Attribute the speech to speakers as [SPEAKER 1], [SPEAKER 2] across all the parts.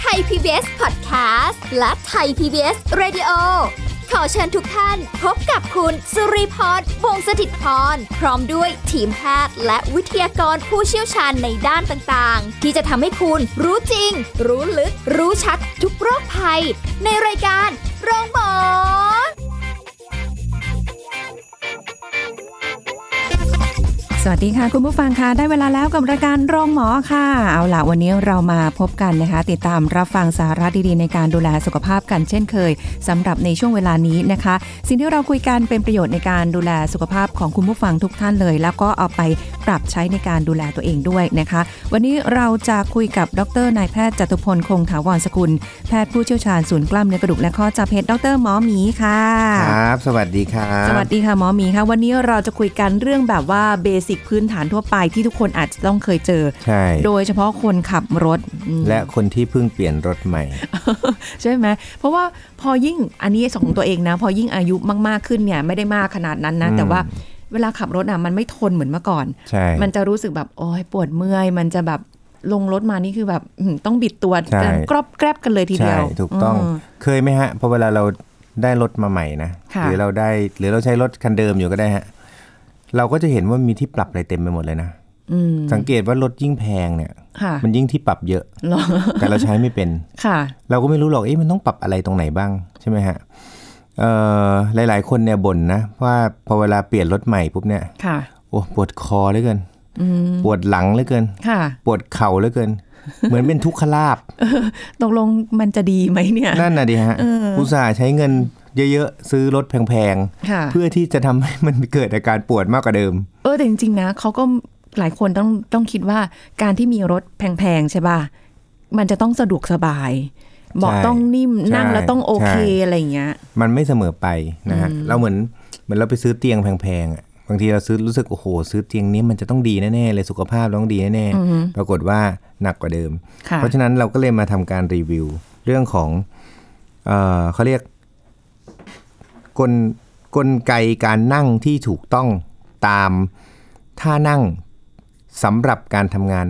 [SPEAKER 1] ไทย PBS Podcast และไทย PBS Radio ขอเชิญทุกท่านพบกับคุณ สุริพรวงศสถิตพร พร้อมด้วยทีมแพทย์และวิทยากรผู้เชี่ยวชาญในด้านต่างๆ ที่จะทำให้คุณรู้จริง รู้ลึก รู้ชัดทุกโรคภัย ในรายการโรงพยาบาล
[SPEAKER 2] สวัสดีค่ะ คุณผู้ฟังค่ะได้เวลาแล้วกับรายการโรงหมอค่ะ เอาล่ะ วันนี้เรามาพบกันนะคะ ติดตามรับฟังสาระดีๆ ในการดูแลสุขภาพกันเช่นเคยสำหรับในช่วงเวลานี้นะคะ สิ่งที่เราคุยกันเป็นประโยชน์ในการดูแลสุขภาพของคุณผู้ฟังทุกท่านเลย แล้วก็เอาไปปรับใช้ในการดูแลตัวเองด้วยนะคะ วันนี้เราจะคุยกับดรนายแพทย์จตุพลคงถาวรสกุลแพทย์ผู้เชี่ยวชาญศูนย์กล้ามเนื้อกระดูกและข้อจับเพชรดรหมอหมีค่ะ
[SPEAKER 3] ครับ สวัสดีครับ
[SPEAKER 2] สวัสดีค่ะหมอหมีค่ะ วันนี้เราจะคุยกันเรื่องแบบว่าเบสิกพื้นฐานทั่วไปที่ทุกคนอาจจะต้องเคยเจอ
[SPEAKER 3] ใช่
[SPEAKER 2] โดยเฉพาะคนขับรถอืม
[SPEAKER 3] และคนที่เพิ่งเปลี่ยนรถใหม่
[SPEAKER 2] ใช่ไหมเพราะว่าพอยิ่งอันนี้ของตัวเองนะ พอยิ่งอายุมากๆขึ้นเนี่ยไม่ได้มากขนาดนั้นนะ
[SPEAKER 3] อืม
[SPEAKER 2] แต่ว่าเวลาขับรถอ่ะมันไม่ทนเหมือนเมื่อก่อน
[SPEAKER 3] ใช่
[SPEAKER 2] มันจะรู้สึกแบบโอ้ยปวดเมื่อย มันจะแบบลงรถมานี่คือแบบอืมต้องบิดตัว
[SPEAKER 3] ใช่
[SPEAKER 2] กันกรอบแกรบกันเลยทีเดี
[SPEAKER 3] ใช่
[SPEAKER 2] ยว
[SPEAKER 3] ถูกต้อง
[SPEAKER 2] ม
[SPEAKER 3] เคยไหมฮะพอเวลาเราได้รถมาใหม่นะ
[SPEAKER 2] ค่ะ
[SPEAKER 3] หรือเราได้หรือเราใช้รถคันเดิมอยู่ก็ได้ฮะ เราก็จะเห็นว่ามีที่ปรับอะไรเต็มไปหมดเลยนะ
[SPEAKER 2] อืม
[SPEAKER 3] สังเกตว่ารถยิ่งแพงเนี่ย
[SPEAKER 2] ค่ะ
[SPEAKER 3] มันยิ่งที่ปรับเยอะ
[SPEAKER 2] เหรอ
[SPEAKER 3] แต่เราใช้ไม่เป็น
[SPEAKER 2] ค่ะ
[SPEAKER 3] เราก็ไม่รู้หรอก เอ๊ะ มันต้องปรับอะไรตรงไหนบ้างใช่ไหมฮะ เอ่อ หลาย ๆ คนเนี่ยบ่นนะว่าพอเวลาเปลี่ยนรถใหม่ปุ๊บเนี่ย
[SPEAKER 2] ค่ะ
[SPEAKER 3] โอ้ปวดคอเหลือเกิน ปวดหลังเหลือเกิน
[SPEAKER 2] ค่ะ
[SPEAKER 3] ปวดเข่าเหลือเกิน เหมือนเป็นทุกขลาบ
[SPEAKER 2] ตกลงมันจะดีไหมเนี่ย
[SPEAKER 3] นั่นน่ะดิฮะอุตส่าห์ใช้เงินเยอะๆ ซื้อรถแพง
[SPEAKER 2] ค่ะ
[SPEAKER 3] ๆ เพื่อที่จะทำให้มันเกิดอาการปวดมากกว่าเดิม
[SPEAKER 2] เออแต่จริงๆนะเขาก็หลายคนต้องต้องคิดว่าการที่มีรถแพงๆใช่ป่ะ มันจะต้องสะดวกสบายเบาะ
[SPEAKER 3] ใช่
[SPEAKER 2] ต้องนิ่มนั่ง
[SPEAKER 3] ใช่
[SPEAKER 2] แล้วต้องโอเค
[SPEAKER 3] ใช่
[SPEAKER 2] อะไรอย่างเงี้ย
[SPEAKER 3] มันไม่เสมอไปนะฮะ เราเหมือนเหมือนเราไปซื้อเตียงแพงๆอะบางทีเราซื้อรู้สึกโอ้โห ซื้อเตียงนี้มันจะต้องดีแน่ๆเลยสุขภาพเราต้องดีแน่ๆปรากฏว่าหนักกว่าเดิม
[SPEAKER 2] ค่ะ
[SPEAKER 3] เพราะฉะนั้นเราก็เลยมาทำการรีวิว เรื่องของเออเขาเรียกกลกลไกการนั่งที่ถูกต้องตามท่านั่งสำหรับการทำงาน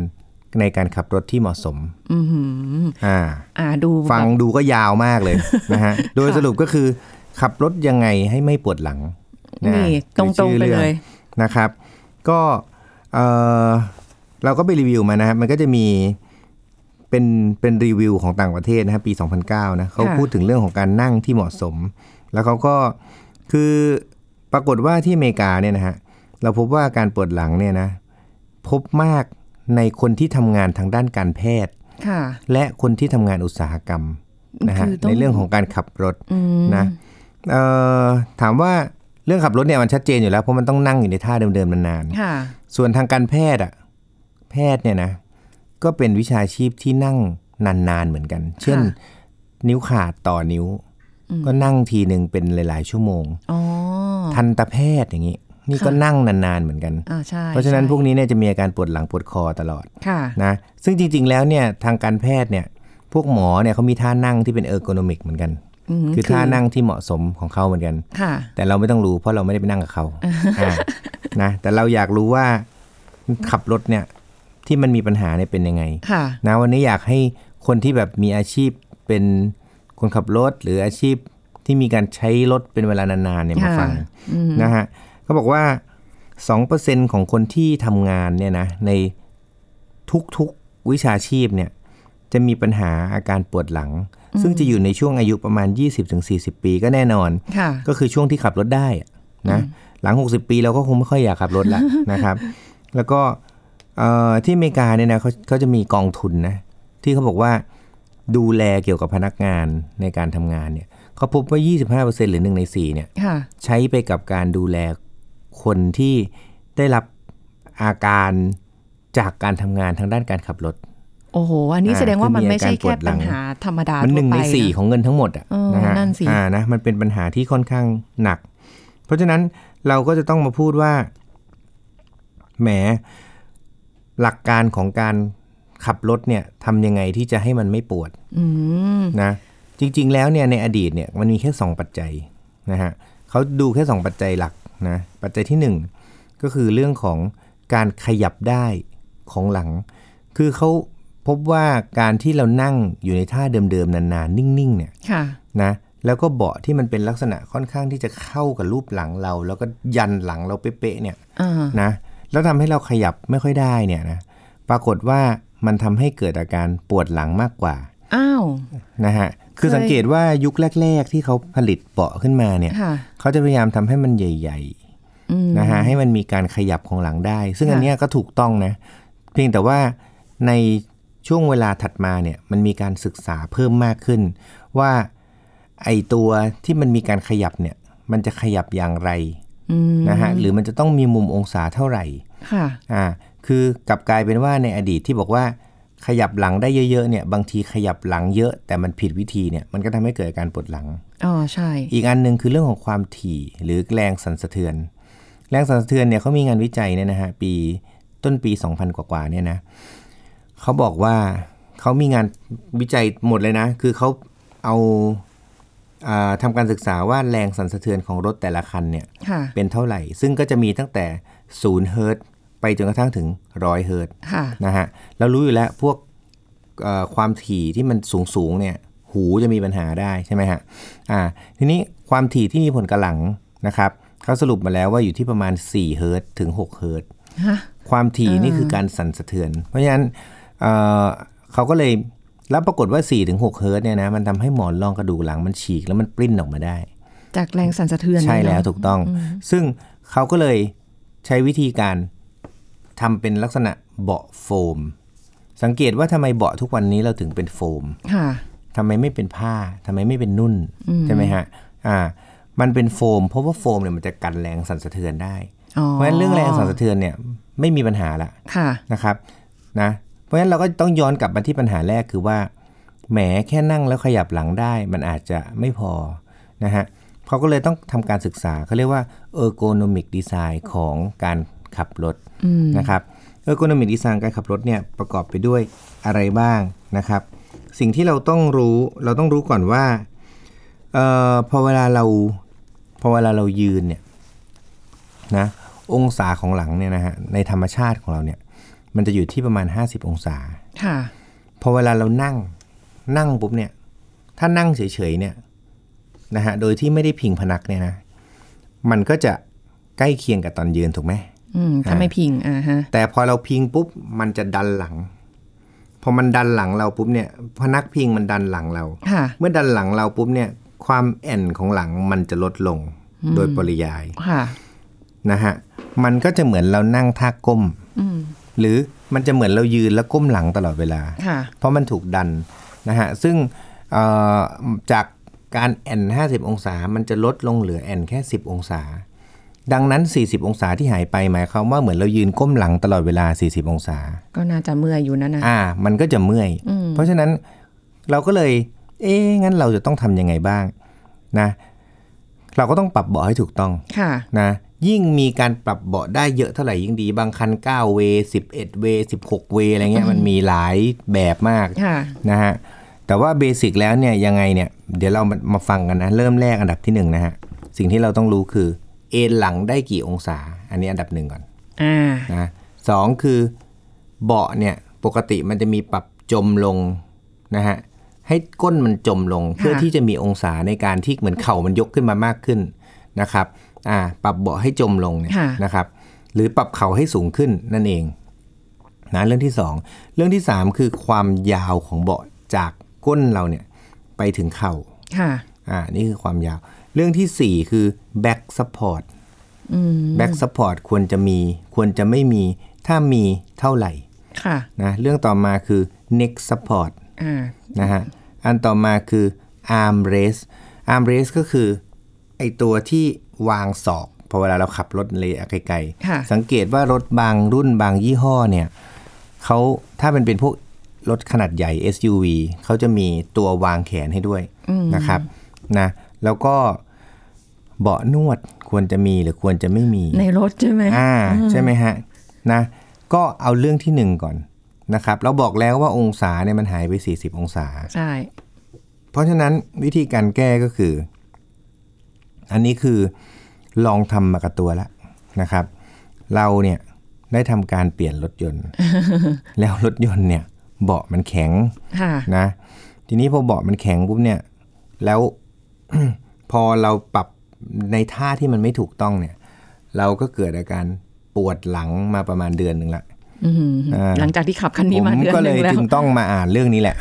[SPEAKER 3] ในการขับรถที่เหมาะสม
[SPEAKER 2] อือหือ
[SPEAKER 3] อ่า
[SPEAKER 2] อ่าดู
[SPEAKER 3] ฟัง
[SPEAKER 2] แบบ
[SPEAKER 3] ดูก็ยาวมาก เลย นะฮะโดยสรุปก็คือขับรถยังไงให้ไม่ปวดหลังะ
[SPEAKER 2] นี่ต
[SPEAKER 3] คื
[SPEAKER 2] ร
[SPEAKER 3] อ
[SPEAKER 2] ง
[SPEAKER 3] ชื่อ
[SPEAKER 2] ๆไป
[SPEAKER 3] อง
[SPEAKER 2] เลย
[SPEAKER 3] นะครับ ก็เออเราก็ไปรีวิวมานะครับมันก็จะมีเป็นเป็นรีวิวของต่างประเทศนะครับปี 2009 นะเขา
[SPEAKER 2] ค่ะ
[SPEAKER 3] พูดถึงเรื่องของการนั่งที่เหมาะสม แล้วเขาก็คือปรากฏว่าที่อเมริกาเนี่ยนะฮะเราพบว่าการปวดหลังเนี่ยนะพบมากในคนที่ทำงานทางด้านการแพทย์
[SPEAKER 2] ค่ะ
[SPEAKER 3] และคนที่ทำงานอุตสาหกรรมนะฮะ
[SPEAKER 2] คือต้อง
[SPEAKER 3] ในเรื่องของการขับรถ
[SPEAKER 2] อืม
[SPEAKER 3] นะเอ่อถามว่าเรื่องขับรถเนี่ยมันชัดเจนอยู่แล้ว เพราะมันต้องนั่งอยู่ในท่าเดิมๆนาน
[SPEAKER 2] ค่ะ
[SPEAKER 3] ๆ ส่วนทางการแพทย์อ่ะแพทย์เนี่ยนะก็เป็นวิชาชีพที่นั่งนานๆเหมือนกัน เช่น
[SPEAKER 2] ค่ะ
[SPEAKER 3] นิ้วขาดต่อนิ้ว
[SPEAKER 2] อืม
[SPEAKER 3] ก็นั่งทีหนึ่งเป็นหลายๆ ชั่วโมง
[SPEAKER 2] อ๋อ
[SPEAKER 3] ทันตแพทย์อย่างนี้นี่
[SPEAKER 2] ค่ะ
[SPEAKER 3] ก็นั่งนานๆเหมือนกัน
[SPEAKER 2] อ่าใช่
[SPEAKER 3] เพราะฉะนั้น
[SPEAKER 2] ใช่
[SPEAKER 3] พวกนี้เนี่ยจะมีอาการปวดหลังปวดคอตลอด
[SPEAKER 2] ค่ะ
[SPEAKER 3] นะซึ่งจริงๆแล้วเนี่ยทางการแพทย์เนี่ยพวกหมอเนี่ยเขามีท่านั่งที่เป็นเออร์โกนมิกเหมือนกัน
[SPEAKER 2] อืม
[SPEAKER 3] คือท่านั่งที่เหมาะสมของเขาเหมือนกัน
[SPEAKER 2] ค่ะ
[SPEAKER 3] แต่เราไม่ต้องรู้เพราะเราไม่ได้ไปนั่งกับเขา อ่านะแต่เราอยากรู้ว่าขับรถเนี่ยที่มันมีปัญหาเนี่ยเป็นยังไง
[SPEAKER 2] ค่ะ
[SPEAKER 3] นะวันนี้อยากให้คนที่แบบมีอาชีพเป็นคนขับรถหรืออาชีพที่มีการใช้รถเป็นเวลานานๆเนี่ยมาฟัง
[SPEAKER 2] ค่ะ อืม
[SPEAKER 3] นะฮะเขาบอกว่า 2%ของคนที่ทำงานเนี่ยนะในทุกๆวิชาชีพเนี่ยจะมีปัญหาอาการปวดหลัง ซึ่งจะอยู่ในช่วงอายุประมาณ 20-40 ปีก็แน่นอน
[SPEAKER 2] ค่ะ
[SPEAKER 3] ก็คือช่วงที่ขับรถได้อะนะหลัง 60 ปีเราก็คงไม่ค่อยอยากขับรถละ นะครับ แล้วก็เอ่อที่อเมริกาเนี่ยนะเขาเขาจะมีกองทุนนะที่เขาบอกว่าดูแลเกี่ยวกับพนักงานในการทำงานเนี่ยเขาพบว่า 25%หรือ 1 ใน 4เนี่ย
[SPEAKER 2] ค่ะ
[SPEAKER 3] ใช้ไปกับการดูแลคนที่ได้รับอาการจากการทำงานทางด้านการขับรถ
[SPEAKER 2] โอ้โห อันนี้
[SPEAKER 3] อ่า
[SPEAKER 2] แสดงว่ามัน
[SPEAKER 3] คือมี
[SPEAKER 2] ไม่ใช่
[SPEAKER 3] อา
[SPEAKER 2] แค่
[SPEAKER 3] การปวดหลั
[SPEAKER 2] ปัญ
[SPEAKER 3] ง
[SPEAKER 2] หาธรรมดา
[SPEAKER 3] มันห
[SPEAKER 2] ทั่
[SPEAKER 3] นึ่
[SPEAKER 2] ว
[SPEAKER 3] ง
[SPEAKER 2] ไป
[SPEAKER 3] ในสี่
[SPEAKER 2] นะ
[SPEAKER 3] ของเงินทั้งหมดอ่ะ
[SPEAKER 2] เออ
[SPEAKER 3] นะฮะ
[SPEAKER 2] นั่นสิ
[SPEAKER 3] อ่านะมันเป็นปัญหาที่ค่อนข้างหนัก เพราะฉะนั้นเราก็จะต้องมาพูดว่าแหมหลักการของการขับรถเนี่ยทำยังไงที่จะให้มันไม่ปวด
[SPEAKER 2] อืม
[SPEAKER 3] นะจริง ๆ แล้วเนี่ยในอดีตเนี่ยมันมีแค่สองปัจจัยนะฮะเขาดูแค่สองปัจจัยหลัก นะปัจจัยที่หนึ่งก็คือเรื่องของการขยับได้ของหลัง คือเขาพบว่าการที่เรานั่งอยู่ในท่าเดิมๆนานๆ นิ่งๆเนี่ย
[SPEAKER 2] ค่ะ
[SPEAKER 3] นะแล้วก็เบาะที่มันเป็นลักษณะค่อนข้างที่จะเข้ากับรูปหลังเรา แล้วก็ยันหลังเราเป๊ะๆเนี่ย
[SPEAKER 2] อ่า
[SPEAKER 3] นะแล้วทำให้เราขยับไม่ค่อยได้เนี่ยนะปรากฏว่ามันทำให้เกิดอาการปวดหลังมากกว่า
[SPEAKER 2] อ้าว
[SPEAKER 3] นะฮะคือ
[SPEAKER 2] เคย
[SPEAKER 3] สังเกตว่ายุคแรก ๆ ที่เขาผลิตเบาะขึ้นมาเนี่ย
[SPEAKER 2] ค่ะ
[SPEAKER 3] เขาจะพยายามทำให้มันใหญ่
[SPEAKER 2] อืม
[SPEAKER 3] ๆนะฮะให้มันมีการขยับของหลังได้ ซึ่งอัน
[SPEAKER 2] ค่ะ
[SPEAKER 3] เนี้ยก็ถูกต้องนะเพียงแต่ว่าในช่วงเวลาถัดมาเนี่ยมันมีการศึกษาเพิ่มมากขึ้นว่า ไอตัวที่มันมีการขยับเนี่ย มันจะขยับอย่างไร
[SPEAKER 2] อืม
[SPEAKER 3] นะฮะหรือมันจะต้องมีมุมองศาเท่าไหร่
[SPEAKER 2] ค่ะ
[SPEAKER 3] อ่าคือกลับกลายเป็นว่าในอดีตที่บอกว่าขยับหลังได้เยอะๆเนี่ยบางทีขยับหลังเยอะ แต่มันผิดวิธีเนี่ยมันก็ทำให้เกิดอาการปวดหลัง
[SPEAKER 2] อ๋อ ใช่
[SPEAKER 3] อีกอันหนึ่งคือเรื่องของความถี่หรือแรงสั่นสะเทือน แรงสั่นสะเทือนเนี่ยเขามีงานวิจัยเนี่ยนะฮะปีต้นปี 2000 กว่าๆเนี่ยนะเขาบอกว่าเขามีงานวิจัยหมดเลยนะ คือเขาเอาอาทำการศึกษาว่าแรงสั่นสะเทือนของรถแต่ละคันเนี่ย
[SPEAKER 2] ค่ะ
[SPEAKER 3] เป็นเท่าไหร่ ซึ่งก็จะมีตั้งแต่0เฮิร์ตซ์ไปจนกระทั่งถึง 100เฮิร์ตซ์
[SPEAKER 2] ค่ะ
[SPEAKER 3] นะฮะเรารู้อยู่แล้วพวกเอ่อความถี่ที่มันสูงสูงๆเนี่ยหูจะมีปัญหาได้ใช่ไหมฮะอ่าทีนี้ความถี่ที่มีผลกับหลังนะครับเขาสรุปมาแล้วว่าอยู่ที่ประมาณ4เฮิรตซ์ถึง6เฮิรตซ์
[SPEAKER 2] ฮะ
[SPEAKER 3] ความถี่นี่คือการสั่นสะเทือน เพราะฉะนั้นเอ่อเขาก็เลยแล้วปรากฏว่า4ถึง6เฮิรตซ์เนี่ยนะมันทำให้หมอนรองกระดูกหลังมันฉีกแล้วมันปลิ้นออกมาได้
[SPEAKER 2] จากแรงสั่นสะเทือน
[SPEAKER 3] ใช่แล้ว
[SPEAKER 2] เนอะ
[SPEAKER 3] ถูกต้อง ซึ่งเขาก็เลยใช้วิธีการทำเป็นลักษณะเบาะโฟม สังเกตว่าทำไมเบาะทุกวันนี้เราถึงเป็นโฟม
[SPEAKER 2] ค่ะ
[SPEAKER 3] ทำไมไม่เป็นผ้าทำไมไม่เป็นนุ่นใช่ไหมฮะอ่ามันเป็นโฟม เพราะว่าโฟมเนี่ยมันจะกันแรงสั่นสะเทือนได้
[SPEAKER 2] อ๋อ
[SPEAKER 3] เพราะฉะนั้นเรื่องแรงสั่นสะเทือนเนี่ยไม่มีปัญหาละ
[SPEAKER 2] ค่ะ
[SPEAKER 3] นะครับนะเพราะฉะนั้นเราก็ต้องย้อนกลับมาที่ปัญหาแรกคือว่าแหมแค่นั่งแล้วขยับหลังได้ มันอาจจะไม่พอนะฮะเขาก็เลยต้องทำการศึกษาเขาเรียกว่า ergonomic design ของการขับรถนะครับ ergonomic design การขับรถเนี่ยประกอบไปด้วยอะไรบ้างนะครับ สิ่งที่เราต้องรู้เราต้องรู้ก่อนว่าเอ่อพอเวลาเราพอเวลาเรายืนเนี่ยนะองศาของหลังเนี่ยนะฮะในธรรมชาติของเราเนี่ย มันจะอยู่ที่ประมาณ 50 องศา
[SPEAKER 2] ค่ะ
[SPEAKER 3] พอเวลาเรานั่งนั่งปุ๊บเนี่ย ถ้านั่งเฉยๆเนี่ยนะฮะ โดยที่ไม่ได้พิงพนักเนี่ยนะ มันก็จะใกล้เคียงกับตอนยืนถูกไหม
[SPEAKER 2] อืมถ้า
[SPEAKER 3] อ่า
[SPEAKER 2] ไม่พิง อ่าฮะ
[SPEAKER 3] แต่พอเราพิงปุ๊บ มันจะดันหลัง พอมันดันหลังเราปุ๊บเนี่ย พนักพิงมันดันหลังเรา
[SPEAKER 2] ค่ะ
[SPEAKER 3] เมื่อดันหลังเราปุ๊บเนี่ย ความแอนของหลังมันจะลดลงโดยปริยาย
[SPEAKER 2] ค่ะ
[SPEAKER 3] นะฮะ มันก็จะเหมือนเรานั่งท่าก้ม
[SPEAKER 2] อืม
[SPEAKER 3] หรือมันจะเหมือนเรายืนแล้วก้มหลังตลอดเวลา
[SPEAKER 2] ค่ะ
[SPEAKER 3] เพราะมันถูกดันนะฮะ ซึ่งเอ่อจากการแอน50 องศา มันจะลดลงเหลือแอนแค่ 10 องศา ดังนั้น 40 องศาที่หายไปหมายความว่าเหมือนเรายืนก้มหลังตลอดเวลา 40 องศา
[SPEAKER 2] ก็น่าจะเมื่อยอยู่นะนะ
[SPEAKER 3] อ่า มันก็จะเมื่อย เพราะฉะนั้นเราก็เลย เอ๊ะ งั้นเราจะต้องทำยังไงบ้างนะ เราก็ต้องปรับเบาะให้ถูกต้อง
[SPEAKER 2] ค่ะ
[SPEAKER 3] นะยิ่งมีการปรับเบาะได้เยอะเท่าไหร่ยิ่งดี บางคัน 9 เว 11 เว 16 เวอะไรเงี้ยมันมีหลายแบบมาก
[SPEAKER 2] ค่ะ
[SPEAKER 3] นะฮะแต่ว่าเบสิกแล้วเนี่ยยังไงเนี่ยเดี๋ยวเรามามาฟังกันนะเริ่มแรกอันดับที่หนึ่งนะฮะสิ่งที่เราต้องรู้คือเอนหลังได้กี่องศา อันนี้อันดับหนึ่งก่อน
[SPEAKER 2] อ่า
[SPEAKER 3] นะสองคือเบาะเนี่ยปกติมันจะมีปรับจมลงนะฮะให้ก้นมันจมลงเพื่อ
[SPEAKER 2] ค่ะ
[SPEAKER 3] ที่จะมีองศาในการที่เหมือนเข่ามันยกขึ้นมามากขึ้นนะครับอ่าปรับเบาะให้จมลงเนี่ย
[SPEAKER 2] ค่ะ
[SPEAKER 3] นะครับหรือปรับเขาให้สูงขึ้นนั่นเองนะเรื่องที่สองเรื่องที่สามคือความยาวของเบาะจากก้นเราเนี่ยไปถึงเข่า
[SPEAKER 2] ค่ะ
[SPEAKER 3] อ่านี่คือความยาว เรื่องที่สี่คือ back support
[SPEAKER 2] อืม
[SPEAKER 3] back support ควรจะมีควรจะไม่มีถ้ามีเท่าไหร่
[SPEAKER 2] ค่ะ
[SPEAKER 3] นะเรื่องต่อมาคือ neck support
[SPEAKER 2] อ่า
[SPEAKER 3] นะฮะอันต่อมาคือ arm rest arm rest ก็คือไอตัวที่วางศอกพอเวลาเราขับรถเลยะไกล
[SPEAKER 2] ค่ะ
[SPEAKER 3] ๆ สังเกตว่ารถบางรุ่นบางยี่ห้อเนี่ยเขาถ้ามันเป็นพวกรถขนาดใหญ่ SUV เขาจะมีตัววางแขนให้ด้วยนะครับนะแล้วก็เบาะนวดควรจะมีหรือควรจะไม่มี
[SPEAKER 2] ในรถใช่ไหม
[SPEAKER 3] อ่าใช่ไหมฮะนะก็เอาเรื่องที่หนึ่งก่อนนะครับเราบอกแล้วว่าองศาเนี่ยมันหายไป 40 องศา
[SPEAKER 2] ใช่
[SPEAKER 3] เพราะฉะนั้นวิธีการแก้ก็คือ อันนี้คือ ลองทำมากับตัวแล้วนะครับ เราเนี่ยได้ทำการเปลี่ยนรถยนต์ แล้วรถยนต์เนี่ยเบาะมันแข็ง
[SPEAKER 2] ค่ะ
[SPEAKER 3] นะทีนี้พอเบาะมันแข็งปุ๊บเนี่ยแล้ว พอเราปรับในท่าที่มันไม่ถูกต้องเนี่ย เราก็เกิดอาการปวดหลังมาประมาณเดือนหนึ่งละ
[SPEAKER 2] อืม
[SPEAKER 3] อ่า
[SPEAKER 2] หลังจากที่ขับคันนี้
[SPEAKER 3] ผม
[SPEAKER 2] มาเดือน
[SPEAKER 3] ก็
[SPEAKER 2] ห
[SPEAKER 3] เล
[SPEAKER 2] นึ่
[SPEAKER 3] ย
[SPEAKER 2] งแล้ว
[SPEAKER 3] จึงต้องมาอ่านเรื่องนี้แหละ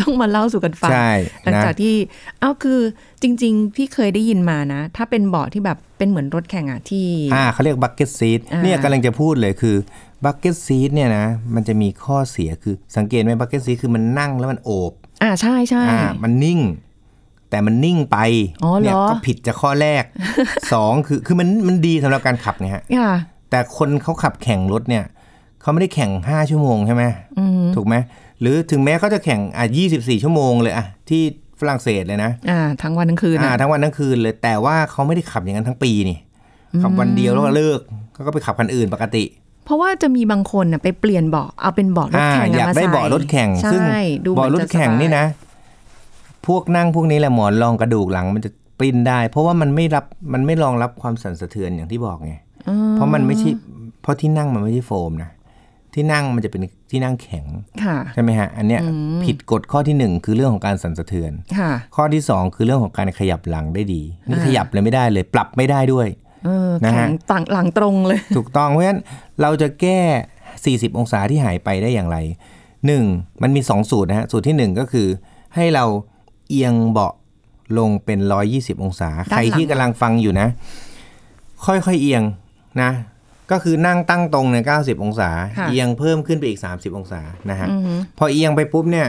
[SPEAKER 2] ต้องมาเล่าสู่กันฟัง
[SPEAKER 3] ใช่
[SPEAKER 2] หลัง
[SPEAKER 3] นะ
[SPEAKER 2] จากที่เอ้าคือจริง ๆ พี่เคยได้ยินมานะ ถ้าเป็นเบาะที่แบบเป็นเหมือนรถแข่งอะที่
[SPEAKER 3] อ่าเขาเรียกบั c เก็ตซีด
[SPEAKER 2] อ่า
[SPEAKER 3] เนี่ยกำลังจะพูดเลยคือบั c เก็ตซีดเนี่ยนะมันจะมีข้อเสียคือสังเกตไหมบั c เก็ตซีดคือมันนั่งแล้วมันโอบ
[SPEAKER 2] อ่าใช่ใช่
[SPEAKER 3] อ่ามันนิ่ง แต่มันนิ่งไป
[SPEAKER 2] อ๋อเหรอ
[SPEAKER 3] เนี่ยก็ผิดจากข้อแรก สองคือคือมันมันดีสำหรับการขับไงฮะ
[SPEAKER 2] ค่ะ
[SPEAKER 3] แต่คนเขาขับแข่งรถเนี่ยเขาไม่ได้แข่ง 5 ชั่วโมงใช่ไหมถูกไหมหรือถึงแม้เขาจะแข่งอ่ะ24 ชั่วโมงเลยอะที่ฝรั่งเศสเลยนะ
[SPEAKER 2] อ่า ทั้งวันทั้งคืน
[SPEAKER 3] อ่า
[SPEAKER 2] อะ
[SPEAKER 3] ทั้งวันทั้งคืนเลย แต่ว่าเขาไม่ได้ขับอย่างนั้นทั้งปีนี่ขับวันเดียวแล้วก็เลิกเขาก็ไปขับคันอื่นปกติ
[SPEAKER 2] เพราะว่าจะมีบางคนน่ะไปเปลี่ยนเบาะเอาเป็นเบาะรถ
[SPEAKER 3] อ่า
[SPEAKER 2] แข่ง
[SPEAKER 3] อยาก
[SPEAKER 2] ม
[SPEAKER 3] ได้
[SPEAKER 2] ใส่
[SPEAKER 3] เบาะรถแข่ง
[SPEAKER 2] ใช่
[SPEAKER 3] ซึ่ง
[SPEAKER 2] ดูหมื
[SPEAKER 3] เบาะ
[SPEAKER 2] อ
[SPEAKER 3] รถ
[SPEAKER 2] จ
[SPEAKER 3] แข่งนี่นะ พวกนั่งพวกนี้แหละหมอนรองกระดูกหลังมันจะปริ้นได้ เพราะว่ามันไม่รับมันไม่รองรับความสั่นสะเทือนอย่างที่บอกไงเพราะมันไม่ใช่เพราะที่นั่งมันไม่ใช่โฟมนะที่นั่งมันจะเป็นที่นั่งแข็ง
[SPEAKER 2] ค่ะ
[SPEAKER 3] ใช่ไหมฮะ อันเนี้ยผิดกฎข้อที่หนึ่งคือเรื่องของการสั่นสะเทือน
[SPEAKER 2] ค่ะ
[SPEAKER 3] ข้อที่สองคือเรื่องของการขยับหลังได้ดีนี่
[SPEAKER 2] อ่า
[SPEAKER 3] ขยับเลยไม่ได้เลย ปรับไม่ได้ด้วย
[SPEAKER 2] เออ
[SPEAKER 3] นะฮะ
[SPEAKER 2] แข็งต่างหลังตรงเลย
[SPEAKER 3] ถูกต้องเพราะฉะนั้นเราจะแก้ 40 องศาที่หายไปได้อย่างไร 1. มันมี 2 สูตรนะฮะ สูตรทีหนึ่1 ก็คือ ให้เราเอียงเบาะลงเป็น 120 องศา
[SPEAKER 2] ด้านหลัง
[SPEAKER 3] ใครที่กำลังฟังอยู่นะ ค่อยๆเอียงนะ ก็คือนั่งตั้งตรงใน 90 องศา เอียงเพิ่มขึ้นไปอีก 30 องศานะฮะ พอเอียงไปปุ๊บเนี่ย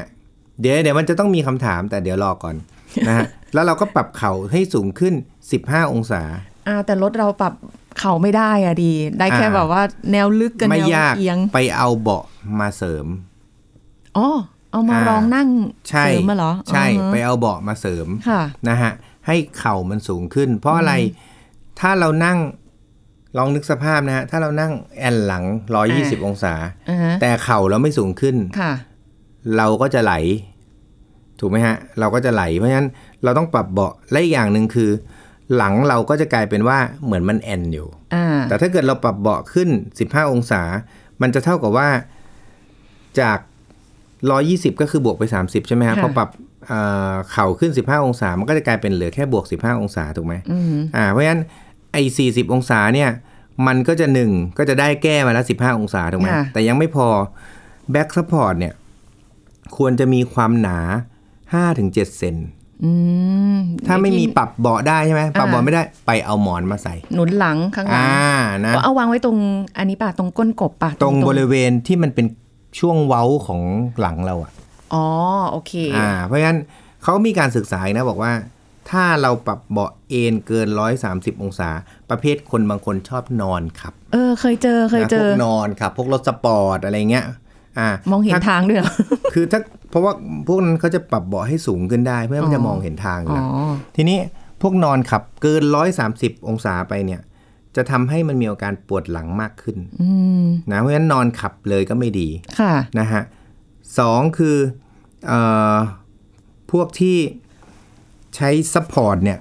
[SPEAKER 3] เดี๋ยวเดี๋ยวมันจะต้องมีคำถามแต่เดี๋ยวรอก่อนนะฮะ แล้วเราก็ปรับเข่าให้สูงขึ้น 15 องศา
[SPEAKER 2] อ่า แต่รถเราปรับเข่าไม่ได้อะดี ได้แค่
[SPEAKER 3] อ่า
[SPEAKER 2] แบบว่าแนวลึกกับ
[SPEAKER 3] ไม่
[SPEAKER 2] แนวย
[SPEAKER 3] าก
[SPEAKER 2] เอียง
[SPEAKER 3] ไปเอาเบาะมาเสริม
[SPEAKER 2] อ๋อเอามา
[SPEAKER 3] อ่ารร
[SPEAKER 2] องนั่ง
[SPEAKER 3] ใช่
[SPEAKER 2] เสริมมาเหรอ
[SPEAKER 3] ใช่
[SPEAKER 2] อือฮึ
[SPEAKER 3] ไปเอาเบาะมาเสริม
[SPEAKER 2] ค่ะ
[SPEAKER 3] นะฮะให้เข่ามันสูงขึ้น เพราะอะไรถ้าเรานั่งลองนึกสภาพนะฮะถ้าเรานั่งแอนหลัง 120 องศา
[SPEAKER 2] อ่าฮะ
[SPEAKER 3] แต่เข่าเราไม่สูงขึ้น
[SPEAKER 2] ค่ะ
[SPEAKER 3] เราก็จะไหล ถูกไหมฮะ เราก็จะไหล เพราะฉะนั้นเราต้องปรับเบาะและอีกอย่างหนึ่งคือ หลังเราก็จะกลายเป็นว่าเหมือนมันแอนอยู่
[SPEAKER 2] อ่า
[SPEAKER 3] แต่ถ้าเกิดเราปรับเบาะขึ้น 15 องศา มันจะเท่ากับว่าจาก 120 ก็คือบวกไป 30 ใช่ไหมฮะ
[SPEAKER 2] ค่ะ
[SPEAKER 3] พอปรับเอ่อเข่าขึ้น 15 องศา มันก็จะกลายเป็นเหลือแค่บวก 15 องศา ถูกไหม
[SPEAKER 2] อืม
[SPEAKER 3] อ่า เพราะฉะนั้นไอ้40 องศาเนี่ย มันก็จะหนึ่งก็จะได้แก้มาแล้ว 15 องศา ถูกไหมแต่ยังไม่พอแบ็กซัพพอร์ตเนี่ย ควรจะมีความหนา 5-7 เซน
[SPEAKER 2] อืม
[SPEAKER 3] ถ้าไม่มีปรับเบาะได้ใช่ไหมปรับเบาะไม่ได้ ไปเอาหมอนมาใส่
[SPEAKER 2] หนุนหลังข้างหลัง
[SPEAKER 3] อ่า นะ
[SPEAKER 2] ก็เอาวางไว้ตรงอันนี้ป่ะตรงก้นกบป่ะ
[SPEAKER 3] ตรงบริเวณที่มันเป็นช่วงเว้าของหลังเราอะ
[SPEAKER 2] อ๋อโอเค
[SPEAKER 3] อ่า เพราะฉะนั้นเขามีการศึกษาอีกนะบอกว่า ถ้าเราปรับเบาะเอนเกิน 130 องศา ประเภทคนบางคนชอบนอนขับ
[SPEAKER 2] เออเคยเจอเคย
[SPEAKER 3] นะ
[SPEAKER 2] เจ
[SPEAKER 3] พ
[SPEAKER 2] อ
[SPEAKER 3] วกนอนขับ พวกรถสปอร์ตอะไรเงี้ย อ่าม
[SPEAKER 2] องเห็น
[SPEAKER 3] ถ้
[SPEAKER 2] ทางด้วยเหรอ
[SPEAKER 3] คือถ้าเพราะว่าพวกนั้นเขาจะปรับเบาะให้สูงขึ้นได้เพื่อให้มันจะมองเห็นทางอยู่
[SPEAKER 2] อ๋อ
[SPEAKER 3] แล้ว ทีนี้พวกนอนขับเกิน 130 องศาไปเนี่ย จะทำให้มันมีอาการปวดหลังมากขึ้น
[SPEAKER 2] อืม
[SPEAKER 3] นะเพราะฉะนั้นนอนขับเลยก็ไม่ดี
[SPEAKER 2] ค่ะ
[SPEAKER 3] นะฮะสองคือเออพวกที่ใช้ซัพพอร์ตเนี่ย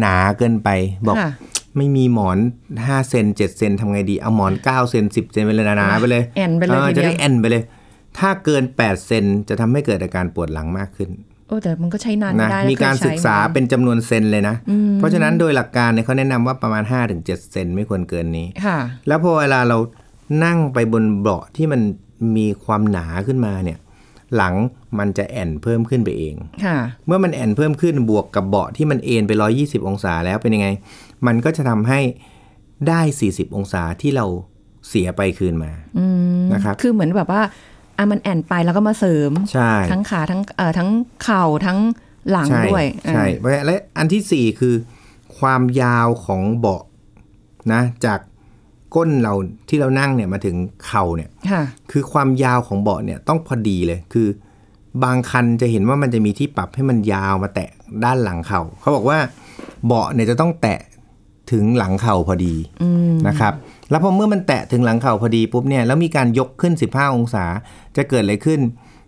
[SPEAKER 3] หนาเกินไปบอก
[SPEAKER 2] ค่ะ
[SPEAKER 3] ไม่มีหมอน 5 เซน7 เซนทำไงดี เอาหมอน 9 เซน10 เซนไปเลยหนาๆไปเลย
[SPEAKER 2] แอนไปเลย
[SPEAKER 3] ออ
[SPEAKER 2] ทีเดียว
[SPEAKER 3] จะได้แอนไปเลย ถ้าเกิน 8 เซนจะทำให้เกิดอาการปวดหลังมากขึ้น
[SPEAKER 2] โอ้แต่มันก็ใช้นาน
[SPEAKER 3] นะ
[SPEAKER 2] ไม่ได้นะ
[SPEAKER 3] มีการ
[SPEAKER 2] เคยใช้
[SPEAKER 3] ศึกษาเป็นจำนวนเซนเลยนะ เพราะฉะนั้นโดยหลักการเนี่ยเขาแนะนำว่าประมาณ 5-7 เซนไม่ควรเกินนี้
[SPEAKER 2] ค่ะ
[SPEAKER 3] แล้วพอเวลาเรานั่งไปบนเบาะที่มันมีความหนาขึ้นมาเนี่ย หลังมันจะแอนเพิ่มขึ้นไปเอง
[SPEAKER 2] ค่ะ
[SPEAKER 3] เมื่อมันแอนเพิ่มขึ้นบวกกับเบาะที่มันเอนไป 120 องศาแล้วเป็นยังไง มันก็จะทำให้ได้ 40 องศาที่เราเสียไปคืนมานะครับ
[SPEAKER 2] คือเหมือนแบบว่าอ่ะมันแอนไปแล้วก็มาเสริม
[SPEAKER 3] ใช่
[SPEAKER 2] ทั้งขาทั้งเอ่อทั้งเข่าทั้งหลัง
[SPEAKER 3] ใช่
[SPEAKER 2] ด้วยอ่ะ
[SPEAKER 3] ใช่เพราะฉะนั้นและอันที่สี่คือ ความยาวของเบาะนะ จากก้นเราที่เรานั่งเนี่ยมาถึงเข่าเนี่ย
[SPEAKER 2] ค่ะ
[SPEAKER 3] คือความยาวของเบาะเนี่ยต้องพอดีเลย คือบางคันจะเห็นว่ามันจะมีที่ปรับให้มันยาวมาแตะด้านหลังเขา่าเขาบอกว่าเบาะเนี่ยจะต้องแตะถึงหลังเข่าพอดีนะครับ แล้วพอเมื่อมันแตะถึงหลังเข่าพอดีปุ๊บเนี่ยแล้วมีการยกขึ้น 15 องศา จะเกิดอะไรขึ้น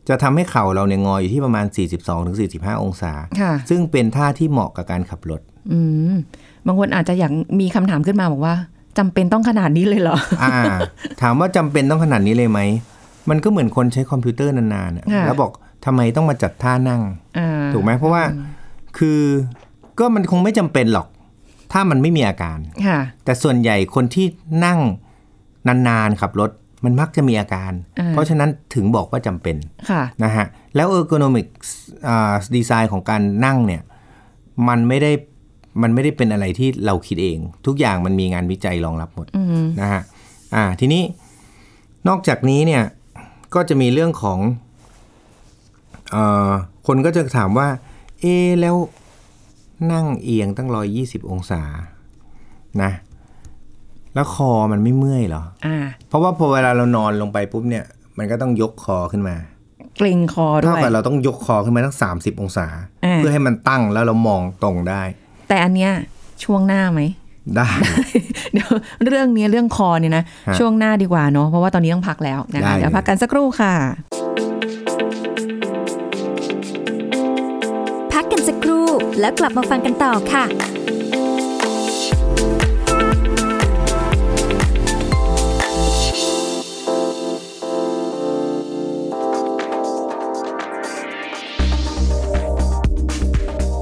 [SPEAKER 3] จะทำให้เข่าเราเนี่ยงออยู่ที่ประมาณ 42-45 องศา
[SPEAKER 2] ค่ะ
[SPEAKER 3] ซึ่งเป็นท่าที่เหมาะกับการขับรถ
[SPEAKER 2] อืม บางคนอาจจะอยากมีคำถามขึ้นมาบอกว่าจำเป็นต้องขนาดนี้เลยเหรอ
[SPEAKER 3] อ่า ถามว่าจำเป็นต้องขนาดนี้เลยไหม มันก็เหมือนคนใช้คอมพิวเตอร์นานๆอะ
[SPEAKER 2] ค่ะ
[SPEAKER 3] แล้วบอกทำไมต้องมาจัดท่านั่ง
[SPEAKER 2] อ่า
[SPEAKER 3] ถูกไหมเพราะว่าคือก็มันคงไม่จำเป็นหรอก ถ้ามันไม่มีอาการ
[SPEAKER 2] ค่ะ
[SPEAKER 3] แต่ส่วนใหญ่คนที่นั่งนานๆขับรถมันมักจะมีอาการ
[SPEAKER 2] อ่า
[SPEAKER 3] เพราะฉะนั้นถึงบอกว่าจำเป็น
[SPEAKER 2] ค่ะ
[SPEAKER 3] นะฮะแล้วเออร์โกนมิกดีไซน์ของการนั่งเนี่ยมันไม่ได้มันไม่ได้เป็นอะไรที่เราคิดเอง ทุกอย่างมันมีงานวิจัยรองรับหมด
[SPEAKER 2] อืม
[SPEAKER 3] นะฮะ อ่า ทีนี้นอกจากนี้เนี่ย ก็จะมีเรื่องของเอ่อคนก็จะถามว่า เอะแล้วนั่งเอียงตั้งร้อยยี่สิบองศา นะ แล้วคอมันไม่เมื่อยเหรอ
[SPEAKER 2] อ่า
[SPEAKER 3] เพราะว่าพอเวลาเรานอนลงไปปุ๊บเนี่ย มันก็ต้องยกคอขึ้นมา
[SPEAKER 2] เกรงคอ
[SPEAKER 3] เท่า
[SPEAKER 2] ด้วย
[SPEAKER 3] กับเราต้องยกคอขึ้นมาทั้งสามสิบองศา
[SPEAKER 2] อ่า
[SPEAKER 3] เพื่อให้มันตั้งแล้วเรามองตรงได้
[SPEAKER 2] แต่อันเนี้ยช่วงหน้าไหม
[SPEAKER 3] ได้
[SPEAKER 2] เดี๋ยวเรื่องเนี้ยเรื่องคอเนี่ยนะ
[SPEAKER 3] ฮะ
[SPEAKER 2] ช่วงหน้าดีกว่าเนาะเพราะว่าตอนนี้ต้องพักแล้วนะคะ
[SPEAKER 3] ได้
[SPEAKER 2] เดี๋ยวพักกันสักครู่ค่ะ
[SPEAKER 1] พักกันสักครู่แล้วกลับมาฟังกันต่อค่ะ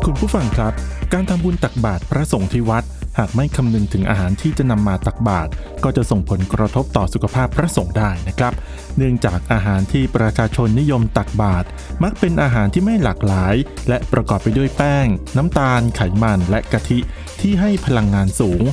[SPEAKER 4] คุณผู้ฟังครับ การทำบุญตักบาตรพระสงฆ์ที่วัด หากไม่คำนึงถึงอาหารที่จะนำมาตักบาตรก็จะส่งผลกระทบต่อสุขภาพพระสงฆ์ได้นะครับ เนื่องจากอาหารที่ประชาชนนิยมตักบาตรมักเป็นอาหารที่ไม่หลากหลาย และประกอบไปด้วยแป้ง น้ำตาล ไขมันและกะทิ ที่ให้พลังงานสูง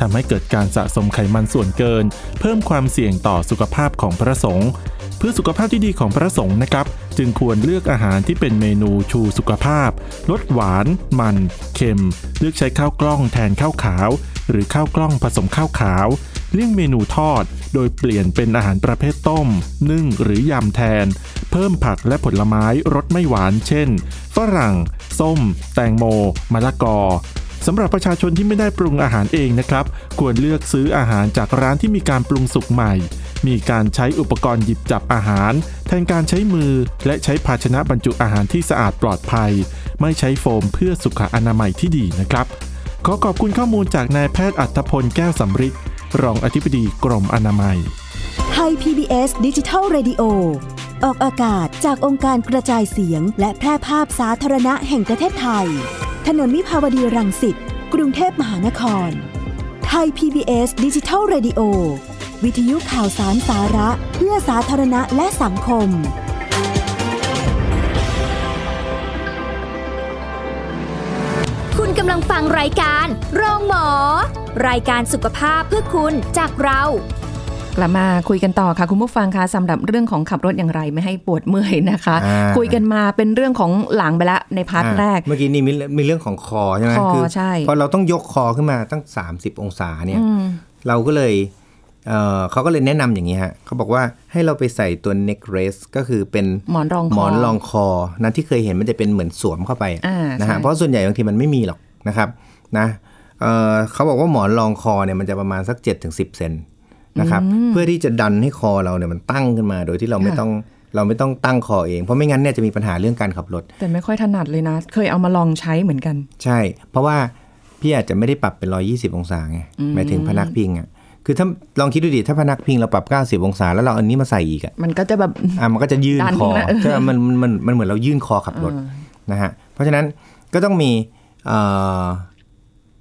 [SPEAKER 4] ทำให้เกิดการสะสมไขมันส่วนเกิน เพิ่มความเสี่ยงต่อสุขภาพของพระสงฆ์เพื่อสุขภาพที่ดีของพระสงฆ์นะครับ จึงควรเลือกอาหารที่เป็นเมนูชูสุขภาพ ลดหวาน มัน เค็ม เลือกใช้ข้าวกล้องแทนข้าวขาว หรือข้าวกล้องผสมข้าวขาว เลี่ยงเมนูทอด โดยเปลี่ยนเป็นอาหารประเภทต้ม นึ่งหรือยำแทน เพิ่มผักและผลไม้รสไม่หวาน เช่น ฝรั่ง ส้ม แตงโม มะละกอ สำหรับประชาชนที่ไม่ได้ปรุงอาหารเองนะครับ ควรเลือกซื้ออาหารจากร้านที่มีการปรุงสุกใหม่ มีการใช้อุปกรณ์หยิบจับอาหาร แทนการใช้มือ และใช้ภาชนะบรรจุอาหารที่สะอาดปลอดภัย ไม่ใช้โฟมเพื่อสุขอนามัยที่ดีนะครับ ขอขอบคุณข้อมูลจากนายแพทย์อัธพลแก้วสำริดรองอธิบดีกรมอนามัย
[SPEAKER 5] ไทย PBS ดิจิทัล Radio ออกอากาศจากองค์การกระจายเสียง และแพร่ภาพสาธารณะแห่งประเทศไทย ถนนวิภาวดีรังสิต กรุงเทพมหานคร ไทย PBS ดิจิทัล Radio วิทยุข่าวสารสาระเพื่อสาธารณะและสังคม
[SPEAKER 1] คุณกำลังฟังรายการโรงหมอ รายการสุขภาพเพื่อคุณจากเรา
[SPEAKER 2] กลับมาคุยกันต่อค่ะคุณผู้ฟังคะสำหรับเรื่องของขับรถอย่างไรไม่ให้ปวดเมื่อยนะคะ
[SPEAKER 3] อ่า
[SPEAKER 2] คุยกันมาเป็นเรื่องของหลังไปละในพาร์ท
[SPEAKER 3] อ่ะ
[SPEAKER 2] แรก
[SPEAKER 3] เมื่อกี้นี่มีมีเรื่องของคอใช่ไหม
[SPEAKER 2] คอ
[SPEAKER 3] คื
[SPEAKER 2] ใช่
[SPEAKER 3] พอเราต้องยกคอขึ้นมาตั้ง 30 องศาเนี่ย
[SPEAKER 2] อืม
[SPEAKER 3] เราก็เลยเอ่อเขาก็เลยแนะนำอย่างนี้ฮะเขาบอกว่าให้เราไปใส่ตัว neck rest ก็คือเป็น
[SPEAKER 2] หมอนรองคอ
[SPEAKER 3] หมอนรองคอนะที่เคยเห็นมันจะเป็นเหมือนสวมเข้าไปอะ
[SPEAKER 2] อ่า
[SPEAKER 3] นะ
[SPEAKER 2] ใช่
[SPEAKER 3] ฮะเพราะส่วนใหญ่บางทีมันไม่มีหรอกนะครับนะเอ่อเขาบอกว่าหมอนรองคอเนี่ยมันจะประมาณสัก 7-10เซนนะครับเพื่อที่จะดันให้คอเราเนี่ยมันตั้งขึ้นมา โดยที่เราไม่ต้องเราไม่ต้องตั้งคอเองเพราะไม่งั้นเนี่ยจะมีปัญหาเรื่องการขับรถ
[SPEAKER 2] แต่ไม่ค่อยถนัดเลยนะ เคยเอามาลองใช้เหมือนกัน
[SPEAKER 3] ใช่ เพราะว่าพี่อาจจะไม่ได้ปรับเป็น 120 องศาไง หมายถึงพนักพิงอ่ะ คือถ้าลองคิดดูดิ ถ้าพนักพิงเราปรับ 90 องศา แล้วเราเอาอันนี้มาใส่อีกอ่ะ
[SPEAKER 2] มันก็จะแบบ
[SPEAKER 3] อ่ะมันก็จะยื่น
[SPEAKER 2] ดัน
[SPEAKER 3] คอ
[SPEAKER 2] นะเออ
[SPEAKER 3] ใช่ไหมมันมันมันมันเหมือนเรายื่นคอขับรถนะฮะ เพราะฉะนั้นก็ต้องมีเอ่อ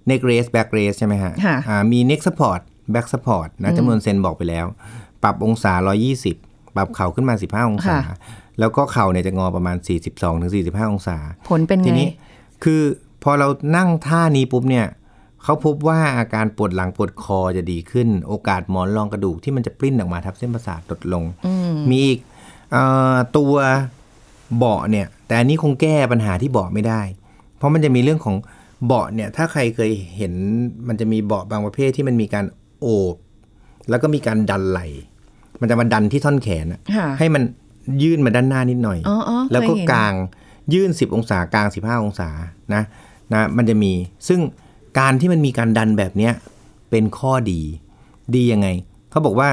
[SPEAKER 3] neck raise back raise ใช่ไหมฮะ
[SPEAKER 2] ค่ะ
[SPEAKER 3] อ่ามี neck support back support นะจำนวนเซนบอกไปแล้ว ปรับองศา 120 ปรับเข่าขึ้นมา 15 องศา แล้วก็เข่าเนี่ยจะงอประมาณ 42-45 องศา
[SPEAKER 2] ผลเป็น
[SPEAKER 3] ที
[SPEAKER 2] ไง
[SPEAKER 3] นี้คือพอเรานั่งท่านี้ปุ๊บเนี่ยเขาพบว่าอาการปวดหลังปวดคอจะดีขึ้น โอกาสหมอนรองกระดูกที่มันจะปริ้นออกมาทับเส้นประสาทลดลง มีอีกเออตัวเบาะเนี่ย แต่อันนี้คงแก้ปัญหาที่เบาะไม่ได้ เพราะมันจะมีเรื่องของเบาะเนี่ย ถ้าใครเคยเห็นมันจะมีเบาะบางประเภทที่มันมีการโอบแล้วก็มีการดันไหล มันจะมาดันที่ท่อนแขนอะ
[SPEAKER 2] ค่ะ
[SPEAKER 3] ให้มันยื่นมาด้านหน้านิดหน่อย
[SPEAKER 2] อ๋ออ๋อเคยเห็น
[SPEAKER 3] แล้วก็กาง ยื่น 10 องศากลาง 15 องศานะนะมันจะมีซึ่งการที่มันมีการดันแบบเนี้ยเป็นข้อดีดียังไง เขาบอกว่า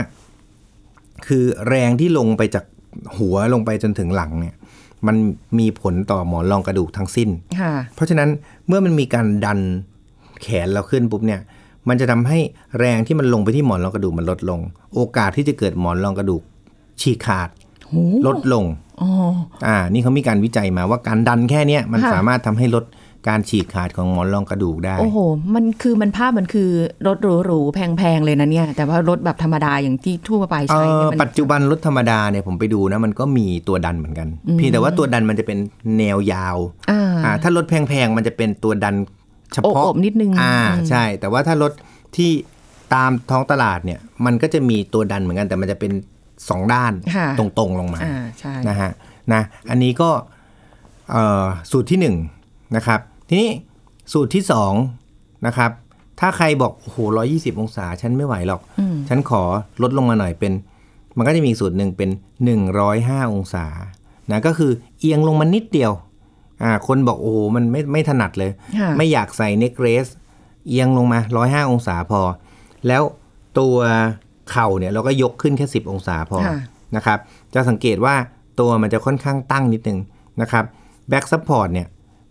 [SPEAKER 3] คือแรงที่ลงไปจากหัวลงไปจนถึงหลังเนี่ย มันมีผลต่อหมอนรองกระดูกทั้งสิ้น
[SPEAKER 2] ค่ะ
[SPEAKER 3] เพราะฉะนั้นเมื่อมันมีการดัน แขนเราขึ้นปุ๊บเนี่ย มันจะทำให้แรงที่มันลงไปที่หมอนรองกระดูกมันลดลง โอกาสที่จะเกิดหมอนรองกระดูกฉีกขาด
[SPEAKER 2] โอ้
[SPEAKER 3] ลดลง
[SPEAKER 2] อ๋อ
[SPEAKER 3] อ่า นี่เขามีการวิจัยมาว่าการดันแค่เนี้ยมัน
[SPEAKER 2] ค่ะ
[SPEAKER 3] สามารถทำให้ลดการฉีกขาดของหมอนรองกระดูกได้
[SPEAKER 2] โอ้โห มันคือมันภาพมันคือรถหรูๆแพงๆเลยนะเนี่ย แต่ว่ารถแบบธรรมดาอย่างที่ทั่วไป
[SPEAKER 3] เอ
[SPEAKER 2] ใช้เนี่ย
[SPEAKER 3] อ
[SPEAKER 2] มัน
[SPEAKER 3] ปัจจุบันรถธรรมดาเนี่ยผมไปดูนะมันก็มีตัวดันเหมือนกัน
[SPEAKER 2] อืม
[SPEAKER 3] เพียงแต่ว่าตัวดันมันจะเป็นแนวยาว
[SPEAKER 2] อ่า
[SPEAKER 3] อ่าถ้ารถแพงๆมันจะเป็นตัวดันเฉ
[SPEAKER 2] โอบ
[SPEAKER 3] พาะ
[SPEAKER 2] อบนิดนึง
[SPEAKER 3] อ่าใช่ แต่ว่าถ้ารถที่ตามท้องตลาดเนี่ยมันก็จะมีตัวดันเหมือนกัน แต่มันจะเป็นสองด้าน
[SPEAKER 2] ค่ะ
[SPEAKER 3] ตรงๆลงมา
[SPEAKER 2] อ่าใช่
[SPEAKER 3] นะฮะนะอันนี้ก็เอ่อสูตรที่หนึ่งนะครับทีนี้สูตรที่สองนะครับถ้าใครบอกโอ้โหร้อยี่สิบองศาฉันไม่ไหวหรอก
[SPEAKER 2] อืม
[SPEAKER 3] ฉันขอลดลงมาหน่อยเป็น มันก็จะมีอีกสูตรหนึ่งเป็น 105 องศานะก็คือเอียงลงมานิดเดียวอ่าคนบอกโอ้โหมันไม่ไม่ถนัดเลย
[SPEAKER 2] ค่ะ
[SPEAKER 3] ไม่อยากใส่เน k เรสเอียงลงมา 105 องศาพอ แล้วตัวเข่าเนี่ยเราก็ยกขึ้นแค่ 10 องศาพอ
[SPEAKER 2] ค่ะ
[SPEAKER 3] นะครับจะสังเกตว่าตัวมันจะค่อนข้างตั้งนิดนึงนะครับแบ็กซัพพอร์ตเนี่ย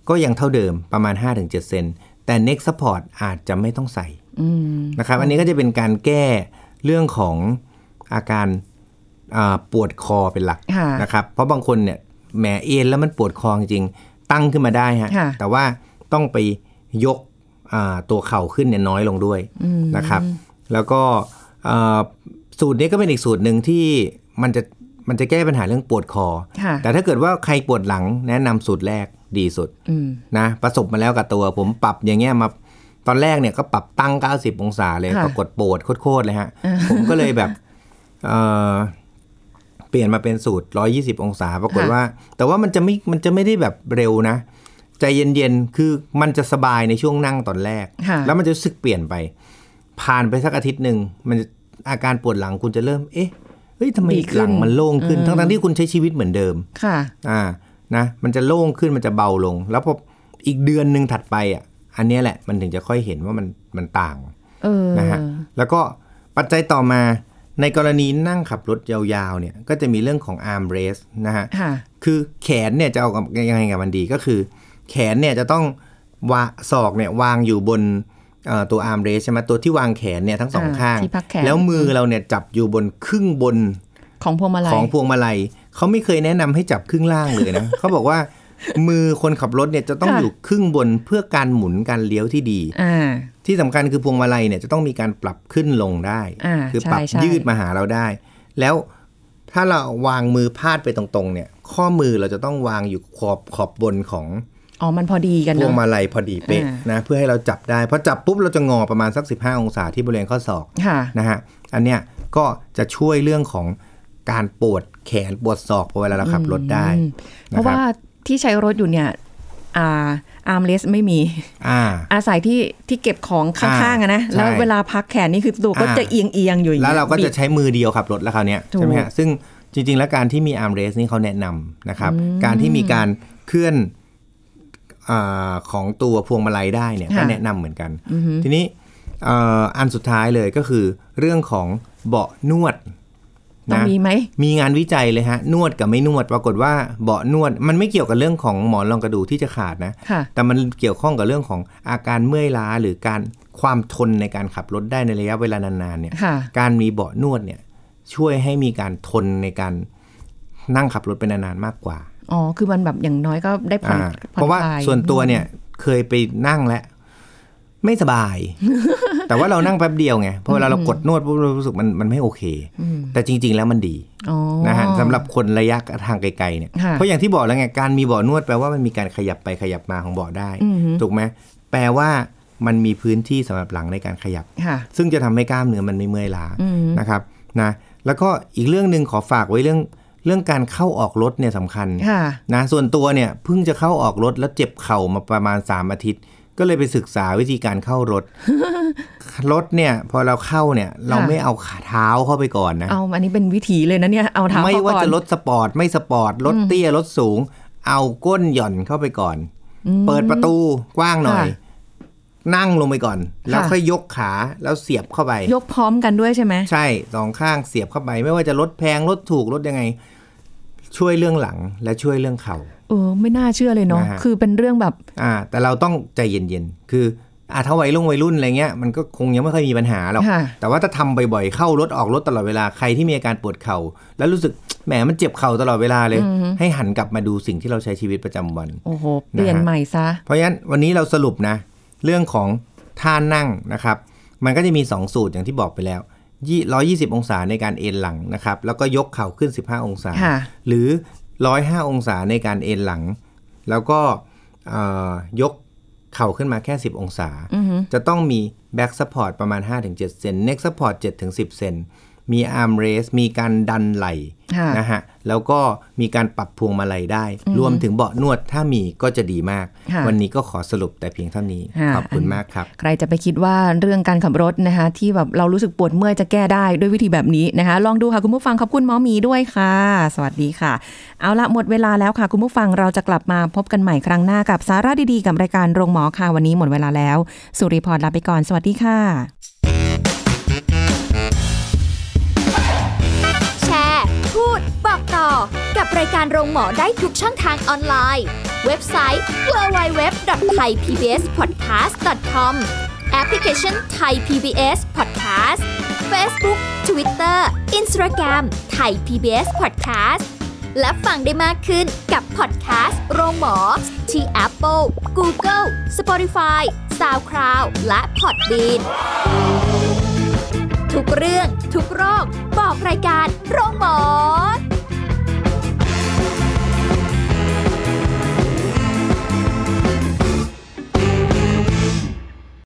[SPEAKER 3] ก็ยังเท่าเดิมประมาณ 5-7 เซนแต่เน็กซัพพอร์ตอาจจะไม่ต้องใส่
[SPEAKER 2] อืม
[SPEAKER 3] นะครับอันนี้ก็จะเป็นการแก้เรื่องของอาการอ่าปวดคอเป็นหลัก
[SPEAKER 2] ค่ะ
[SPEAKER 3] นะครับเพราะบางคนเนี่ยแหมเอ็นแล้วมันปวดคอจริงๆตั้งขึ้นมาได้ฮะ
[SPEAKER 2] ค่ะ
[SPEAKER 3] แต่ว่าต้องไปยกอ่าตัวเข่าขึ้นเนี่ยน้อยลงด้วย
[SPEAKER 2] อืม
[SPEAKER 3] นะครับ แล้วก็อ่าสูตรนี้ก็เป็นอีกสูตรหนึ่งที่มันจะมันจะแก้ปัญหาเรื่องปวดคอ
[SPEAKER 2] ค่ะ
[SPEAKER 3] แต่ถ้าเกิดว่าใครปวดหลังแนะนำสูตรแรกดีสุด
[SPEAKER 2] อืม
[SPEAKER 3] นะประสบมาแล้วกับตัวผมปรับอย่างเงี้ยมาตอนแรกเนี่ยก็ปรับตั้ง 90 องศาเลย
[SPEAKER 2] ค่ะ
[SPEAKER 3] ปรากฏปวดโคตรๆเลยฮะ ผมก็เลยแบบเอ่อเปลี่ยนมาเป็นสูตร 120 องศา ปรากฏว่า แต่ว่ามันจะไม่มันจะไม่ได้แบบเร็วนะ ใจเย็นๆ คือมันจะสบายในช่วงนั่งตอนแรก
[SPEAKER 2] ค่ะ
[SPEAKER 3] แล้วมันจะรู้สึกเปลี่ยนไป ผ่านไปสักอาทิตย์หนึ่งมันจะอาการปวดหลังคุณจะเริ่ม เอ๊ะเฮ้ยทำไม
[SPEAKER 2] ดีขึ้น
[SPEAKER 3] หลังมันโล่งขึ้น
[SPEAKER 2] อืม
[SPEAKER 3] ทั้งๆที่คุณใช้ชีวิตเหมือนเดิม
[SPEAKER 2] ค่ะ
[SPEAKER 3] อ่า นะ มันจะโล่งขึ้น มันจะเบาลง แล้วพออีกเดือนหนึ่งถัดไปอ่ะ อันเนี้ยแหละ มันถึงจะค่อยเห็นว่ามัน มันต่าง
[SPEAKER 2] เออ
[SPEAKER 3] นะฮะ แล้วก็ปัจจัยต่อมา ในกรณีนั่งขับรถยาวๆ เนี่ย ก็จะมีเรื่องของ arm rest นะฮะ
[SPEAKER 2] ค่ะ
[SPEAKER 3] คือแขนเนี่ยจะเอากับยังไงกับมันดีก็คือ แขนเนี่ยจะต้องวาศอกเนี่ยวางอยู่บนเอ่อตัวอาร์มเรสใช่ไหมตัวที่วางแขนเนี่ยทั้งสอง
[SPEAKER 2] อ่า
[SPEAKER 3] ข้าง
[SPEAKER 2] ที่พักแขน
[SPEAKER 3] แล้วมือเราเนี่ยจับอยู่บนครึ่งบน
[SPEAKER 2] ของพวงมาลัย
[SPEAKER 3] ของพวงมาลัยเขาไม่เคยแนะนำให้จับครึ่งล่างเลยนะ เขาบอกว่ามือคนขับรถเนี่ยจะต้อง
[SPEAKER 2] ค่ะ
[SPEAKER 3] อยู่ครึ่งบนเพื่อการหมุนการเลี้ยวที่ดี
[SPEAKER 2] อ่า
[SPEAKER 3] ที่สำคัญคือพวงมาลัยเนี่ยจะต้องมีการปรับขึ้นลงได้
[SPEAKER 2] อ่า
[SPEAKER 3] คือปรับ
[SPEAKER 2] ใช่ใช่
[SPEAKER 3] ยืดมาหาเราได้ แล้วถ้าเราวางมือพาดไปตรงๆเนี่ย ข้อมือเราจะต้องวางอยู่ขอบขอบบนของ
[SPEAKER 2] อ๋อ มันพอดีกัน
[SPEAKER 3] พวง
[SPEAKER 2] เนาะ
[SPEAKER 3] มาลัยพอดีเป๊ะ
[SPEAKER 2] อ่าน
[SPEAKER 3] นะเพื่อให้เราจับได้พอจับปุ๊บเราจะงอประมาณสัก 15 องศาที่บริเวณข้อศอก
[SPEAKER 2] ค่ะ
[SPEAKER 3] นะฮะ อันเนี้ยก็จะช่วยเรื่องของการปวดแขนปวดศอกพอเวลาเราขับรถได้
[SPEAKER 2] อืม เพ
[SPEAKER 3] นะ
[SPEAKER 2] ราะ
[SPEAKER 3] ครั
[SPEAKER 2] ว่า
[SPEAKER 3] บ
[SPEAKER 2] ที่ใช้รถอยู่เนี่ย อ่า อาร์มเลสไม่มี
[SPEAKER 3] อ่า
[SPEAKER 2] อาศัยที่ที่เก็บของข้างๆอะนะ
[SPEAKER 3] ใช่
[SPEAKER 2] แล้วเวลาพักแขนนี่คือตัวก็
[SPEAKER 3] อ่า
[SPEAKER 2] จะเอียงๆอยู่อย่าง
[SPEAKER 3] แล้ว
[SPEAKER 2] งี้ย
[SPEAKER 3] เราก็จะ
[SPEAKER 2] บิด
[SPEAKER 3] ใช้มือเดียวขับรถแล้วคราวเนี้ย
[SPEAKER 2] ถูก
[SPEAKER 3] ใช่ไหมฮะซึ่งจริง ๆ แล้วการที่มีอาร์มเรสนี่เขาแนะนำนะครับ การที่มีการเคลื่อนอาของตัวพวงมาลัยได้เนี่ย
[SPEAKER 2] ค่ะ
[SPEAKER 3] ก็แนะนำเหมือนกัน ทีนี้เอ่ออันสุดท้ายเลยก็คือเรื่องของเบาะนวด
[SPEAKER 2] ต้องมีไหม
[SPEAKER 3] มีงานวิจัยเลยฮะนวดกับไม่นวด ปรากฏว่าเบาะนวด มันไม่เกี่ยวกับเรื่องของหมอนรองกระดูกที่จะขาดนะ
[SPEAKER 2] ค่ะ
[SPEAKER 3] แต่มันเกี่ยวข้องกับเรื่องของอาการเมื่อยล้าหรือการความทนในการขับรถได้ในระยะเวลานานๆเนี่ย
[SPEAKER 2] ค่ะ
[SPEAKER 3] การมีเบาะนวดเนี่ยช่วยให้มีการทนในการนั่งขับรถเป็นนานๆมากกว่า
[SPEAKER 2] อ๋อ คือมันแบบอย่างน้อยก็ได้ผ่อน
[SPEAKER 3] อ่า
[SPEAKER 2] ผ่อน
[SPEAKER 3] เพราะว่า
[SPEAKER 2] คลย
[SPEAKER 3] ส่วนตัวเนี่ยเคยไปนั่งแล้วไม่สบาย แต่ว่าเรานั่งแป๊บเดียวไงเพราะเวลาเรากดนวดปุ๊บเรารู้สึกมันมันไม่โอเค
[SPEAKER 2] อืม
[SPEAKER 3] แต่จริง ๆ แล้วมันดี
[SPEAKER 2] อ๋อ
[SPEAKER 3] นะฮะสำหรับคนระยะทางไกลๆเนี่ย
[SPEAKER 2] ค่ะ
[SPEAKER 3] เพราะอย่างที่บอกแล้วไงการมีเบาะนวดแปลว่ามันมีการขยับไปขยับมาของเบาะได้
[SPEAKER 2] อืม
[SPEAKER 3] ถูกไหมแปลว่ามันมีพื้นที่สำหรับหลังในการขยับ
[SPEAKER 2] ค่ะ
[SPEAKER 3] ซึ่งจะทำให้กล้ามเนื้อมันไม่เมื่อยล้า
[SPEAKER 2] อืม
[SPEAKER 3] นะครับนะแล้วก็อีกเรื่องหนึ่งขอฝากไว้เรื่องเรื่องการเข้าออกรถเนี่ยสำคัญ
[SPEAKER 2] ค่ะ
[SPEAKER 3] นะส่วนตัวเนี่ยเพิ่งจะเข้าออกรถแล้วเจ็บเข่ามาประมาณ 3 อาทิตย์ ก็เลยไปศึกษาวิธีการ เข้ารถ รถเนี่ยพอเราเข้าเนี่ยเราไม่เอาขาเท้าเข้าไปก่อนนะ
[SPEAKER 2] เอาอันนี้เป็นวิถีเลยนะเนี่ย เอาเท้า
[SPEAKER 3] ไม่
[SPEAKER 2] เข้
[SPEAKER 3] ว่า
[SPEAKER 2] ก่อน
[SPEAKER 3] จะรถสปอร์ต ไม่สปอร์ตรถเตี้ยรถสูง เอาก้นหย่อนเข้าไปก่อน
[SPEAKER 2] อืม
[SPEAKER 3] เปิดประตูกว้างหน่อย
[SPEAKER 2] ค่ะ
[SPEAKER 3] นั่งลงไปก่อน แล้ว
[SPEAKER 2] ค่ะ
[SPEAKER 3] ค่อยยกขาแล้วเสียบเข้าไป
[SPEAKER 2] ยกพร้อมกันด้วยใช่ไหม
[SPEAKER 3] ใช่สองข้างเสียบเข้าไป ไม่ว่าจะลดแพงลดถูกลดยังไง ช่วยเรื่องหลังและช่วยเรื่องเข่า
[SPEAKER 2] เออ ไม่น่าเชื่อเลยเนาะ
[SPEAKER 3] นะฮะ
[SPEAKER 2] คือเป็นเรื่องแบบ
[SPEAKER 3] อ่า แต่เราต้องใจเย็นๆ คือ อ่ะถ้าวัยรุ่นวัยรุ่นอะไรเงี้ยมันก็คงยังไม่ค่อยมีปัญหาหรอก
[SPEAKER 2] ค่ะ
[SPEAKER 3] แต่ว่าถ้าทำบ่อยๆ เข้ารถออกรถตลอดเวลาใครที่มีอาการปวดเข่า แล้วรู้สึกแหมมันเจ็บเข่าตลอดเวลาเลย ให้หันกลับมาดูสิ่งที่เราใช้ชีวิตประจำวัน
[SPEAKER 2] โอ้โห เปลี่ยน
[SPEAKER 3] นะฮะ
[SPEAKER 2] ใหม่ซะ
[SPEAKER 3] เพราะฉะนั้นวันนี้เราสรุปนะ เรื่องของท่านั่งนะครับ มันก็จะมี 2 สูตรอย่างที่บอกไปแล้วยี่120 องศาในการเอนหลังนะครับ แล้วก็ยกเข่าขึ้น 15 องศา
[SPEAKER 2] ค่ะ
[SPEAKER 3] หรือ 105 องศาในการเอนหลัง แล้วก็เอ่อยกเข่าขึ้นมาแค่ 10 องศา
[SPEAKER 2] อือหือ
[SPEAKER 3] จะต้องมี back support ประมาณ 5-7 เซน neck support 7-10 เซน มี arm raise มีการดันไหล
[SPEAKER 2] ค่ะ
[SPEAKER 3] นะฮะ แล้วก็มีการปรับพวงมาลัยได้ รวมถึงเบาะนวดถ้ามีก็จะดีมาก
[SPEAKER 2] ค่ะ
[SPEAKER 3] วันนี้ก็ขอสรุปแต่เพียงเท่านี้
[SPEAKER 2] ค่ะ
[SPEAKER 3] ขอบคุณมากครับ
[SPEAKER 2] ใครจะไปคิดว่าเรื่องการขับรถนะคะ ที่แบบเรารู้สึกปวดเมื่อยจะแก้ได้ด้วยวิธีแบบนี้นะคะ ลองดูค่ะคุณผู้ฟังขอบคุณหมอหมีด้วยค่ะ สวัสดีค่ะ เอาละหมดเวลาแล้วค่ะ คุณผู้ฟังเราจะกลับมาพบกันใหม่ครั้งหน้ากับสาระดีๆกับรายการโรงหมอค่ะวันนี้หมดเวลาแล้ว สุริพรลาไปก่อนสวัสดีค่ะ
[SPEAKER 1] แชร์ พูด บอกต่อ กับรายการโรงหมอได้ทุกช่องทางออนไลน์ เว็บไซต์ www.thaipbspodcast.com แอปพลิเคชัน Thai PBS Podcast Facebook Twitter Instagram Thai PBS Podcast และฟังได้มากขึ้นกับพอดแคสต์โรงหมอ ที่ Apple, Google, Spotify, SoundCloud และ Podbean ทุกเรื่องทุกโรค บอกรายการโรงหมอ